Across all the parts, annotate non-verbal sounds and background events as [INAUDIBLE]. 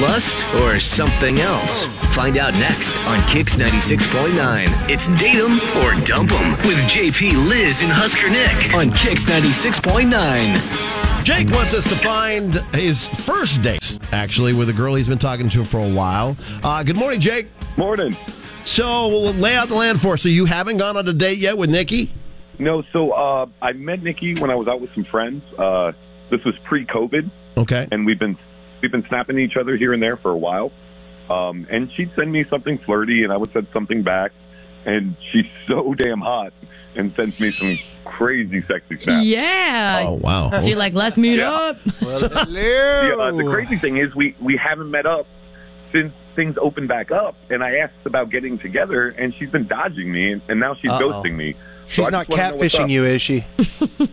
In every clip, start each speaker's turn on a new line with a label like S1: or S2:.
S1: lust, or something else? Find out next on Kix 96.9. It's Date 'em or Dump 'em with JP, Liz, and Husker Nick on Kix 96.9.
S2: Jake wants us to find his first date, actually, with a girl he's been talking to for a while. Uh, good morning, Jake.
S3: Morning.
S2: So, we'll lay out the land for us. So, you haven't gone on a date yet with Nikki?
S3: No, so uh, I met Nikki when I was out with some friends. Uh, this was pre-COVID,
S2: Okay.
S3: and we've been we've been snapping each other here and there for a while. Um, and she'd send me something flirty, and I would send something back. And she's [LAUGHS] so damn hot, and sends me some crazy sexy snaps.
S4: Yeah.
S2: Oh, wow.
S4: So you're like, let's meet
S3: Yeah.
S4: up.
S3: The, uh, the crazy thing is, we we haven't met up since things opened back up. And I asked about getting together, and she's been dodging me, and, and now she's
S5: Uh-oh.
S3: ghosting me. So
S5: She's
S3: I
S5: not
S3: just wanna know what's
S5: catfishing
S3: up.
S5: you, is she?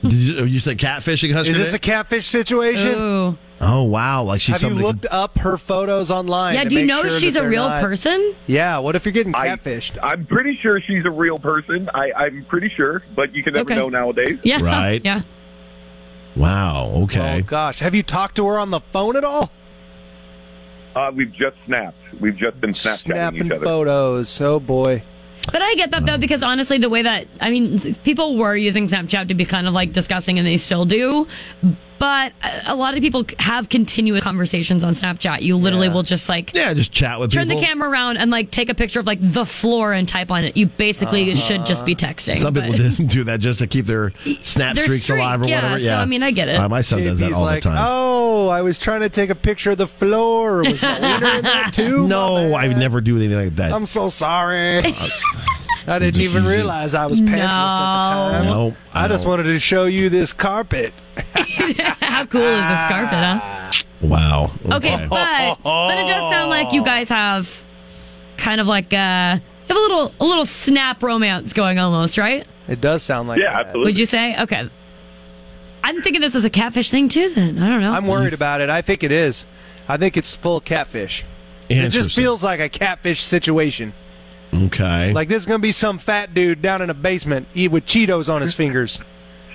S2: Did you, you said catfishing, Husker?
S5: Is this a
S2: Nick?
S5: catfish situation?
S4: Ooh.
S2: oh, wow. Like she's
S5: Have you
S2: something.
S5: looked up her photos online?
S4: Yeah,
S5: to
S4: do you
S5: make
S4: know
S5: sure
S4: she's
S5: that
S4: a
S5: they're
S4: real
S5: not-
S4: person? [LAUGHS]
S5: Yeah, what if you're getting
S3: I-
S5: catfished?
S3: I'm pretty sure she's a real person. I, I'm pretty sure, but you can never
S4: Okay.
S3: know nowadays.
S4: Yeah.
S2: Right.
S4: Yeah.
S2: wow.
S5: Oh
S2: Okay.
S5: gosh, have you talked to her on the phone at all?
S3: Uh, we've just snapped. We've just been Snapchatting
S5: Snapping
S3: each other.
S5: photos. Oh boy.
S4: But I get that though, because honestly, the way that I mean, people were using Snapchat to be kind of like disgusting, and they still do. But a- a lot of people have continuous conversations on Snapchat. You literally
S5: Yeah.
S4: will just like
S2: Yeah, just chat with
S4: turn
S2: people.
S4: the camera around and like take a picture of like the floor and type on it. You basically should just be texting.
S2: Some
S4: but-
S2: people didn't do that just to keep
S4: [LAUGHS]
S2: their snap
S4: Their
S2: streaks
S4: streak,
S2: alive or
S4: yeah,
S2: whatever.
S4: so, I mean, I get it.
S2: Uh, my son does that
S5: JP's
S2: all
S5: like,
S2: the time.
S5: Oh, I was trying to take a picture of the floor.
S2: [LAUGHS]
S5: Was the wiener in that too?
S2: no, I would never do anything like that.
S5: "Oh, I'm
S2: [LAUGHS]
S5: so sorry. I didn't
S2: just
S5: even
S2: using-
S5: realize I was pantsless at the time.
S2: No,
S5: I just
S2: no.
S5: wanted to show you this carpet.
S4: [LAUGHS] How cool is this carpet, huh?
S2: Wow.
S4: Okay, but but it does sound like you guys have kind of like uh have a little a little snap romance going almost, right?
S5: It does sound like
S3: Yeah,
S5: that.
S3: absolutely.
S4: Would you say? Okay. I'm thinking this is a catfish thing too then. I don't know.
S5: I'm worried about it. I think it is. I think it's full catfish. It just
S2: Interesting.
S5: feels like a catfish situation.
S2: Okay.
S5: Like there's gonna be some fat dude down in a basement eat with Cheetos on his fingers,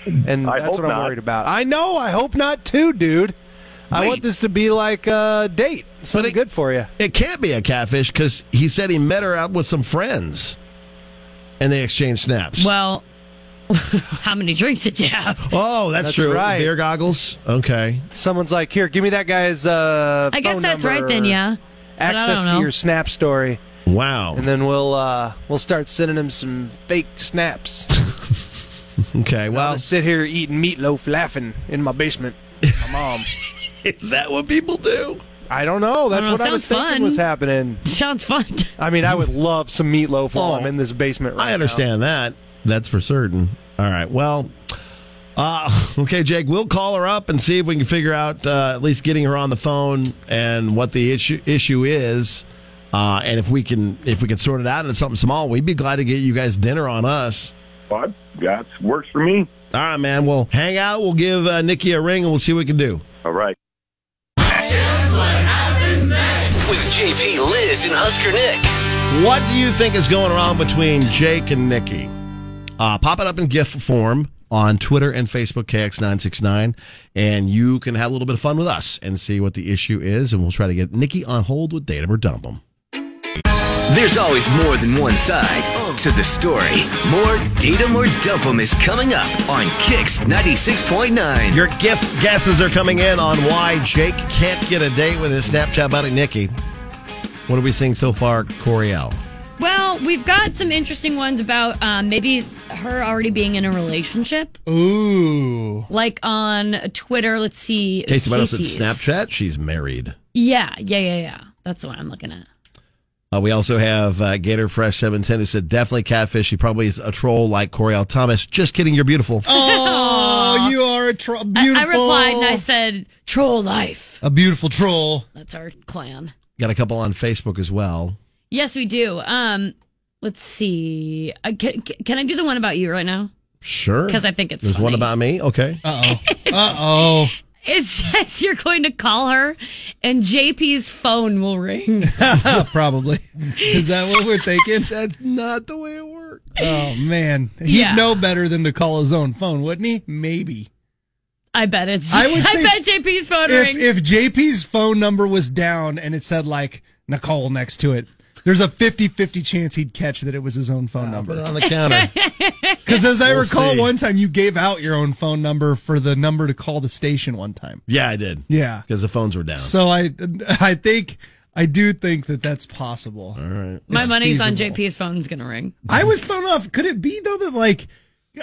S5: and
S3: I
S5: that's
S3: hope
S5: what I'm
S3: not.
S5: worried about. I know. I hope not too, dude. I
S2: Wait.
S5: want this to be like a date. Something
S2: it-
S5: good for you.
S2: It can't be a catfish because he said he met her out with some friends, and they exchanged snaps.
S4: well, [LAUGHS] how many drinks did you have?
S2: oh, that's,
S5: That's
S2: true.
S5: right.
S2: Beer goggles. Okay.
S5: Someone's like, "Here, give me that guy's." Uh,
S4: I guess
S5: phone
S4: that's
S5: number
S4: right then,
S5: or
S4: yeah. But I
S5: Access
S4: don't
S5: to
S4: know.
S5: your Snap story,
S2: Wow.
S5: and then we'll uh, we'll start sending him some fake snaps.
S2: Okay. Well,
S5: I'll sit here eating meatloaf, laughing in my basement. My mom.
S2: [LAUGHS] is that what people do?
S5: [LAUGHS] I don't know. That's
S4: know.
S5: what I was
S4: Sounds
S5: thinking
S4: fun.
S5: was happening.
S4: Sounds fun. [LAUGHS]
S5: I mean, I would love some meatloaf while
S2: Oh.
S5: I'm in this basement. Right
S2: I understand that. That's for certain. All right. Well. Uh, [LAUGHS] okay, Jake. We'll call her up and see if we can figure out uh, at least getting her on the phone and what the issue issue is, uh, and if we can if we can sort it out and it's something small, we'd be glad to get you guys dinner on us.
S3: But that works for me.
S2: All right, man. We'll hang out. We'll give uh, Nikki a ring and we'll see what we can do.
S3: All right.
S1: With JP, Liz, and Husker Nick.
S2: What do you think is going on between Jake and Nikki? Uh, pop it up in GIF form on Twitter and Facebook, KX969, and you can have a little bit of fun with us and see what the issue is. And we'll try to get Nikki on hold with Datum or Dump 'em.
S1: There's always more than one side to the story. More Date 'em or Dump 'em is coming up on Kix 96.9.
S2: Your GIF guesses are coming in on why Jake can't get a date with his Snapchat buddy Nikki. What are we seeing so far, Coriel?
S4: Well, we've got some interesting ones about um, maybe her already being in a relationship.
S5: Ooh.
S4: Like on Twitter, let's see.
S2: Casey Meadows at
S4: Casey's.
S2: Snapchat. She's married.
S4: Yeah, yeah, yeah, yeah. That's the one I'm looking at.
S2: Uh, we also have uh, Gator Fresh Seven Ten who said definitely catfish. He probably is a troll like Coriel Thomas. Just kidding, you're beautiful.
S6: Oh, you are a tro-
S4: I-
S6: beautiful.
S4: I replied and I said, "Troll life."
S6: a beautiful troll.
S4: That's our clan.
S2: Got a couple on Facebook as well.
S4: Yes, we do. Um, let's see. Uh, can, can I do the one about you right now?
S2: Sure,
S4: 'Cause I think it's
S2: there's one
S4: funny.
S2: about me. Okay,
S6: Uh oh. Uh oh.
S4: It [LAUGHS] says you're going to call her, and JP's phone will ring.
S6: Hmm. Probably. Is that what we're thinking?
S2: that's not the way it works.
S6: Oh man, he'd
S4: Yeah.
S6: know better than to call his own phone, wouldn't he? Maybe.
S4: [LAUGHS] I bet it's.
S6: I would say
S4: bet JP's phone
S6: If,
S4: rings.
S6: if JP's phone number was down and it said like Nicole next to it, there's a 50-50 chance he'd catch that it was his own phone
S2: Put it
S6: number.
S2: [LAUGHS] on the counter.
S6: Because as I
S2: We'll
S6: recall,
S2: see.
S6: one time you gave out your own phone number for the number to call the station. One time,
S2: yeah, I did.
S6: yeah.
S2: Because the phones were down.
S6: So I, I think I do think that that's possible.
S2: All right.
S4: My
S6: it's
S4: money's on
S6: feasible.
S4: JP's phone's gonna ring.
S6: I was thrown off. Could it be though that like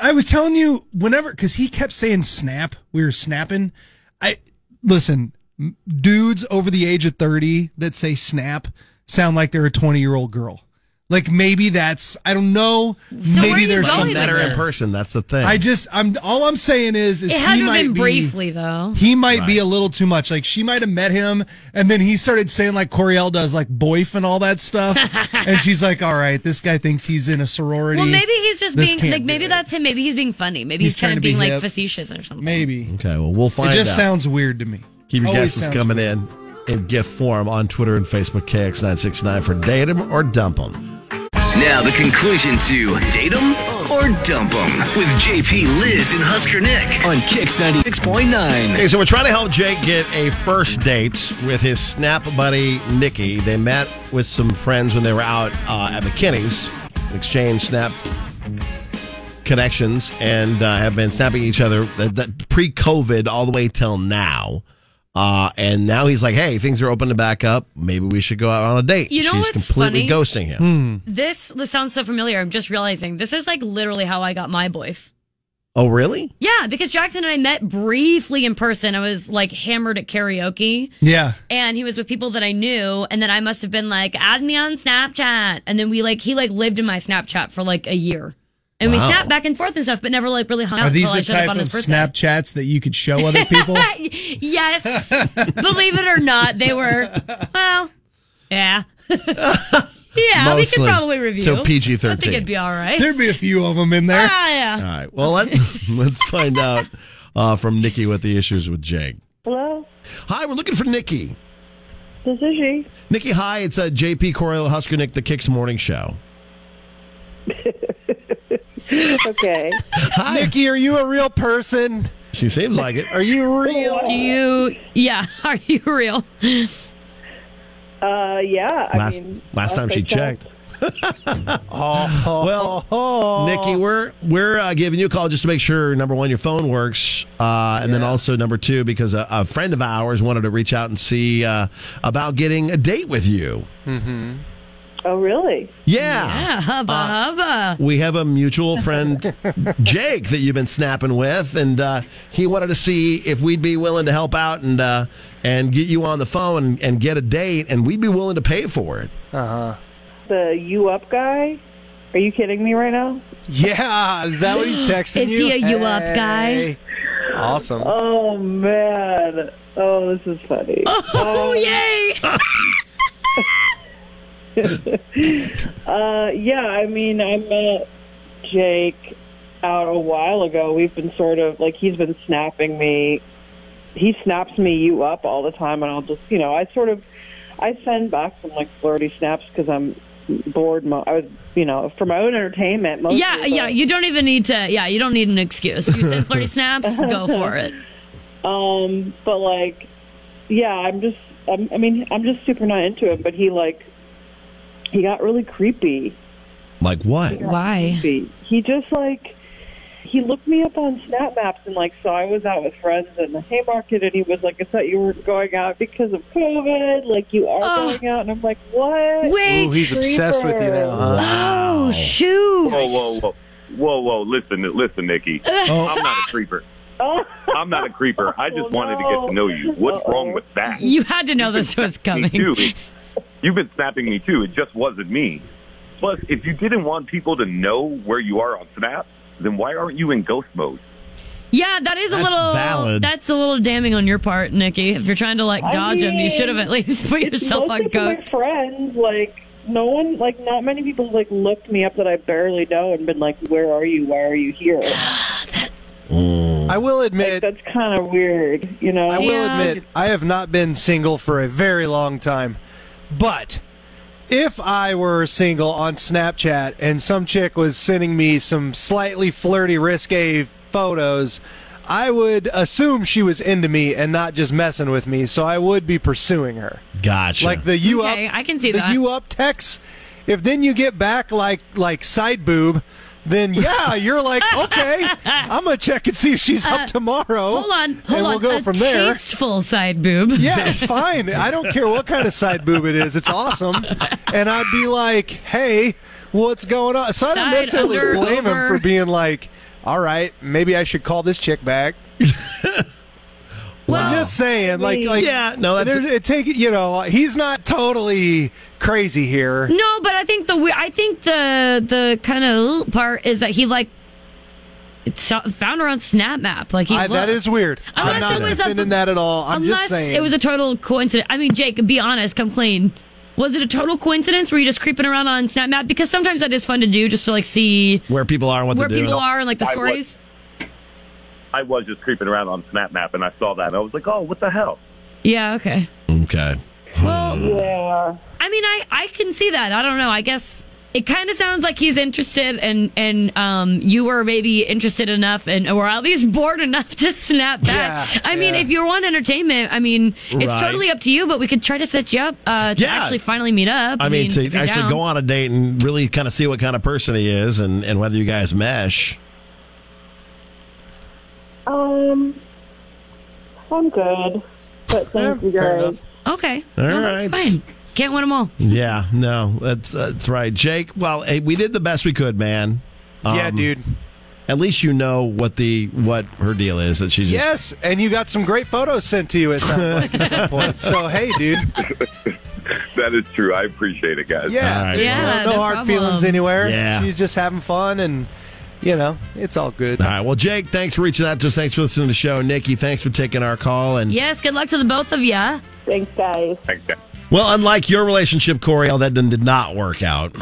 S6: I was telling you whenever because he kept saying snap, we were snapping. I listen, m- dudes over the age of thirty that say snap sound like they're a twenty year old girl. Like maybe that's I don't know.
S4: where are
S6: maybe
S4: you
S6: there's
S4: going
S6: something
S4: with
S2: That are in
S4: this?
S2: person. That's the thing.
S6: I just I'm all I'm saying is is
S4: It had
S6: he
S4: to have
S6: might
S4: been
S6: be-
S4: briefly though.
S6: He might be a little too much. Like she might have met him, and then he started saying like Coriel does, like boif and all
S2: [LAUGHS]
S6: that stuff. and she's like, "All right, this guy thinks he's in a sorority."
S4: Well, maybe he's just
S6: This
S4: being
S6: can't
S4: like
S6: be
S4: maybe
S6: right.
S4: that's him. Maybe he's being funny. Maybe
S6: He's
S4: he's, kind
S6: trying to
S4: of
S6: be
S4: being like
S6: hip.
S4: facetious or something.
S6: maybe
S2: okay, well, we'll
S6: it
S2: find
S6: just
S2: out.
S6: sounds weird to me.
S2: Keep your
S6: always
S2: guesses
S6: sounds
S2: coming in in gift form on Twitter and Facebook, KX969 for Date 'em or Dump 'em.
S1: Now the conclusion to date 'em or dump 'em with JP, Liz, and Husker Nick on Kix ninety six point nine.
S2: Okay, so we're trying to help Jake get a first date with his snap buddy, Nikki. They met with some friends when they were out uh, at McKinney's, exchanged snap connections, and uh, have been snapping each other that, that pre COVID all the way till now. Uh, and now he's like, hey, things are open to back up. Maybe we should go out on a date.
S4: You know
S2: She's
S4: what's
S2: completely
S4: funny?
S2: ghosting him.
S4: This this sounds so familiar. I'm just realizing this is like literally how I got my boyf.
S2: Oh, really?
S4: Yeah, because Jackson and I met briefly in person. I was like hammered at karaoke,
S6: Yeah,
S4: and he was with people that I knew, and then I must have been like, add me on Snapchat, and then we like he like lived in my Snapchat for like a year, and we
S2: Wow.
S4: snapped back and forth and stuff, but never like really hung out.
S6: are these
S4: until I
S6: the
S4: showed up
S6: type
S4: on
S6: of
S4: his birthday. [LAUGHS]
S6: Snapchats that you could show other people?
S4: yes,
S6: [LAUGHS]
S4: believe it or not, they were. Well, yeah, [LAUGHS] yeah. We could
S2: Mostly.
S4: probably review.
S2: So PG-13.
S4: I think it'd be all right.
S6: There'd be a few of them in there.
S4: Ah, yeah.
S2: All right. Well, let, [LAUGHS] let's find out uh, from Nikki what the issues with Jake.
S7: Hello,
S2: Hi, we're looking for Nikki.
S7: this is she.
S2: Nikki, hi. It's uh, JP Coriel Husker Nick, the Kicks Morning Show.
S7: [LAUGHS] Okay.
S2: Hi.
S5: Nikki, are you a real person?
S2: She seems like it.
S5: Are you real?
S4: Do you? Yeah. [LAUGHS] Are you real?
S7: Uh, yeah. I
S2: Last
S7: mean,
S2: last time
S7: I
S2: she
S7: checked. [LAUGHS]
S2: checked. [LAUGHS] Well, Nikki, we're we're uh, giving you a call just to make sure number one your phone works, uh, and then also number two because a, a friend of ours wanted to reach out and see uh, about getting a date with you.
S7: Oh, really?
S4: Yeah. Hubba
S6: Uh,
S4: hubba.
S2: we have a mutual friend, Jake, that you've been snapping with, and uh, he wanted to see if we'd be willing to help out and uh, and get you on the phone and, and get a date, and we'd be willing to pay for it.
S7: The you up guy? Are you kidding me right now?
S5: [LAUGHS] Yeah, is that what he's texting
S4: Is
S5: you?
S4: he a you up guy?
S5: Hey. Awesome.
S7: Oh man. Oh, this is funny.
S4: [LAUGHS] Oh
S7: [LAUGHS]
S4: yay!
S7: Uh, yeah. I mean, I met Jake out a while ago. We've been sort of like he's been snapping me. He snaps me you up all the time, and I'll just you know I sort of I send back some like flirty snaps because I'm bored. Mo- I was you know for my own entertainment. Mostly,
S4: Yeah, yeah.
S7: but-
S4: You don't even need to. Yeah, you don't need an excuse. You send
S7: [LAUGHS]
S4: flirty snaps. Go for it.
S7: Um, but like, yeah, I'm just, I'm, I mean, I'm just super not into him. But he like, he got really creepy.
S2: Like what?
S4: Why?
S7: Creepy. He just like, he looked me up on Snap Maps and like, so I was out with friends in the Haymarket, and he was like, I thought you weren't going out because of COVID. Like, you are
S4: Oh.
S7: going out, and I'm like, what?
S4: Wait.
S5: Ooh, he's obsessed with you now, huh?
S4: oh shoot!
S3: Whoa, whoa, whoa. Whoa, whoa, listen, listen,
S4: [LAUGHS]
S3: Nikki. I'm not a creeper.
S7: Oh.
S3: I'm not a creeper. I just
S7: Oh,
S3: wanted to get to know you. What's
S7: Uh-oh.
S3: wrong with that?
S4: You had to know this was
S3: me
S4: coming.
S3: too. It- You've been snapping me too. It just wasn't me. Plus, if you didn't want people to know where you are on Snap, then why aren't you in ghost mode?
S4: Yeah, that is a
S2: That's
S4: little.
S2: valid.
S4: That's a little damning on your part, Nikki. If you're trying to like
S7: I
S4: dodge him, you
S7: mean,
S4: should have at least put yourself
S7: Most
S4: on
S7: of my
S4: ghost.
S7: friends, like no one, like not many people, like looked me up that I barely know and been like, "Where are you? Why are you here?"
S5: I will admit,
S7: That's kind of weird, you know.
S5: I will
S4: Yeah.
S5: admit, I have not been single for a very long time. But if I were single on Snapchat and some chick was sending me some slightly flirty, risque photos, I would assume she was into me and not just messing with me, so I would be pursuing her.
S2: Gotcha.
S5: Like the you
S4: Okay,
S5: up,
S4: I can see
S5: the
S4: that.
S5: you up text. If then you get back like like side boob,
S4: [LAUGHS]
S5: then yeah, you're like okay, I'm gonna check and see if she's up tomorrow.
S4: Uh, Hold on, hold
S5: and
S4: on.
S5: we'll go
S4: a
S5: from there.
S4: tasteful side boob.
S5: Yeah, fine. I don't care what kind of side boob it is. It's awesome. And I'd be like, hey, what's going on? So I don't
S4: Side
S5: necessarily
S4: under,
S5: blame
S4: over.
S5: him for being like, all right, maybe I should call this chick
S4: [LAUGHS]
S5: back.
S4: Well,
S5: I'm just saying, like, like
S2: Yeah, no, that's-
S5: there- it take you know, he's not totally crazy here.
S4: No, but I think the we- I think the the kind of part is that he like it so- found her on Snap Map. Like he
S5: I, that
S4: looked.
S5: is weird. I'm
S4: Unless
S5: not
S4: it was a-
S5: defending that at all. I'm
S4: Unless
S5: just saying
S4: it was a total coincidence. I mean, Jake, be honest, come clean. Was it a total coincidence? Were you just creeping around on Snap Map? Because sometimes that is fun to do, just to like see
S2: where people are and what
S4: where
S2: they're
S4: people
S2: doing.
S4: are and like the
S3: I
S4: stories.
S3: I was just creeping around on Snap Map and I saw that and I was like, oh, what the hell?
S4: Yeah. Okay.
S2: Okay.
S4: Well,
S7: Yeah.
S4: I mean, I I can see that. I don't know. I guess it kind of sounds like he's interested, and and um, you were maybe interested enough, and or at least bored enough to snap back.
S5: Yeah,
S4: I mean,
S5: yeah.
S4: if you want entertainment, I mean, it's
S2: Right.
S4: totally up to you. But we could try to set you up uh, to
S2: Yeah.
S4: actually finally meet up.
S2: I mean,
S4: if
S2: to
S4: you're
S2: actually
S4: down.
S2: go on a date and really kind of see what kind of person he is and, and whether you guys mesh.
S7: Um, I'm good, but thank
S5: Yeah,
S7: you
S5: fair
S7: guys.
S5: enough.
S4: Okay,
S2: All
S4: no, that's
S2: right.
S4: fine. Can't win them all.
S6: Mm.
S2: Yeah, no, that's that's right, Jake. Well, hey, we did the best we could, man.
S5: yeah,
S2: Um,
S5: dude.
S2: At least you know what the what her deal is that she's just
S5: Yes, and you got some great photos sent to you at some, like, at
S2: [LAUGHS]
S5: some point. So hey,
S4: [LAUGHS]
S5: dude.
S3: That is true. I appreciate it, guys.
S5: Yeah,
S2: All right,
S4: Yeah, well.
S5: no,
S4: no
S5: hard
S4: problem.
S5: feelings anywhere.
S2: Yeah.
S5: she's just having fun, and you know, it's all good.
S2: [LAUGHS] All right. Well, Jake, thanks for reaching out to us. Thanks for listening to the show. Nikki, thanks for taking our call. And
S4: Yes, good luck to the both of ya.
S7: Thanks, guys.
S3: Thanks, guys.
S2: well, unlike your relationship, Corey, all that done- did not work out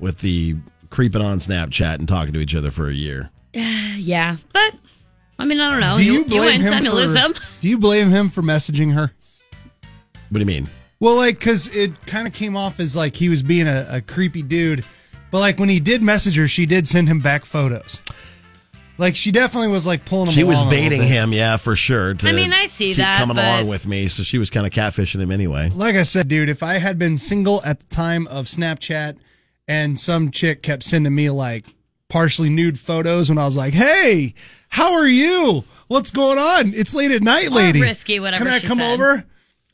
S2: with the creeping on Snapchat and talking to each other for a year.
S4: Yeah, but I mean, I don't know.
S6: Do you
S4: win
S6: blame him
S4: some, you
S6: for,
S4: lose some.
S6: Do you blame him for messaging her?
S2: What do you mean?
S6: Well, like, cause it kind of came off as like he was being a, a creepy dude, but like when he did message her, she did send him back photos. Like she definitely was like pulling him.
S2: She was
S6: along a little
S2: baiting
S6: bit.
S2: him, yeah, for sure. to
S4: I mean, I see
S2: keep
S4: that,
S2: coming
S4: but-
S2: along with me, so she was kind of catfishing him anyway.
S6: Like I said, dude, if I had been single at the time of Snapchat, and some chick kept sending me like partially nude photos when I was like, "Hey, how are you? What's going on? It's late at night, lady.
S4: risky, whatever
S6: Can I
S4: she
S6: come
S4: said.
S6: over?"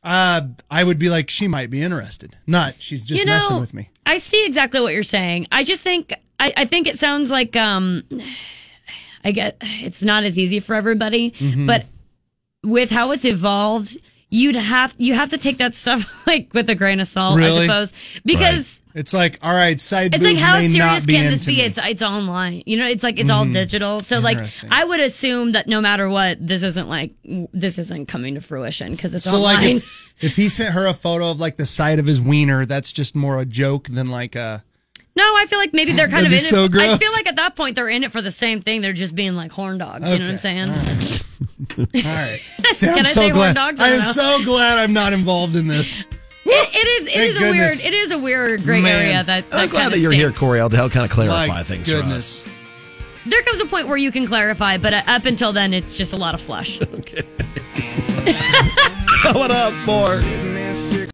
S6: Uh, I would be like, she might be interested. Not she's just messing with me.
S4: I see exactly what you're saying. I just think I, I think it sounds like um I get it's not as easy for everybody,
S6: Mm-hmm.
S4: but with how it's evolved, you'd have you have to take that stuff [LAUGHS] like with a grain of salt,
S6: Really?
S4: I suppose. Because
S6: It's like, all right, side
S4: it's
S6: boob
S4: like how
S6: may
S4: serious
S6: not be
S4: can this
S6: into
S4: be?
S6: me. Mm-hmm.
S4: It's it's online. You know, it's like it's all digital. So like
S6: Interesting.
S4: I would assume that no matter what, this isn't like this isn't coming to fruition because it's
S6: so
S4: online. [LAUGHS]
S6: like, if, [LAUGHS] if he sent her a photo of like the side of his wiener, that's just more a joke than like a.
S4: No, I feel like
S6: [LAUGHS]
S4: maybe they're kind of
S6: That'd
S4: in
S6: be
S4: it.
S6: so
S4: I
S6: gross.
S4: feel like at that point they're in it for the same thing. They're just being like horn dogs. You know what I'm
S6: Okay.
S4: saying? [LAUGHS]
S6: All right, See,
S4: Can
S6: I'm
S4: I
S6: so
S4: say horn
S6: glad.
S4: dogs? I
S6: I
S4: don't
S6: am
S4: know.
S6: so glad I'm not involved in this.
S4: [LAUGHS] It, it is. It
S6: Thank
S4: is a
S6: goodness.
S4: weird. It is a weird gray
S6: Man.
S4: area. That, that
S2: I'm glad
S4: kinda
S2: that you're here,
S4: stinks.
S2: Corey, to help kind of clarify
S6: My
S2: things
S6: goodness.
S4: There comes a point where you can clarify, but uh, up until then, it's just a lot of flush.
S2: for us. Coming up, more.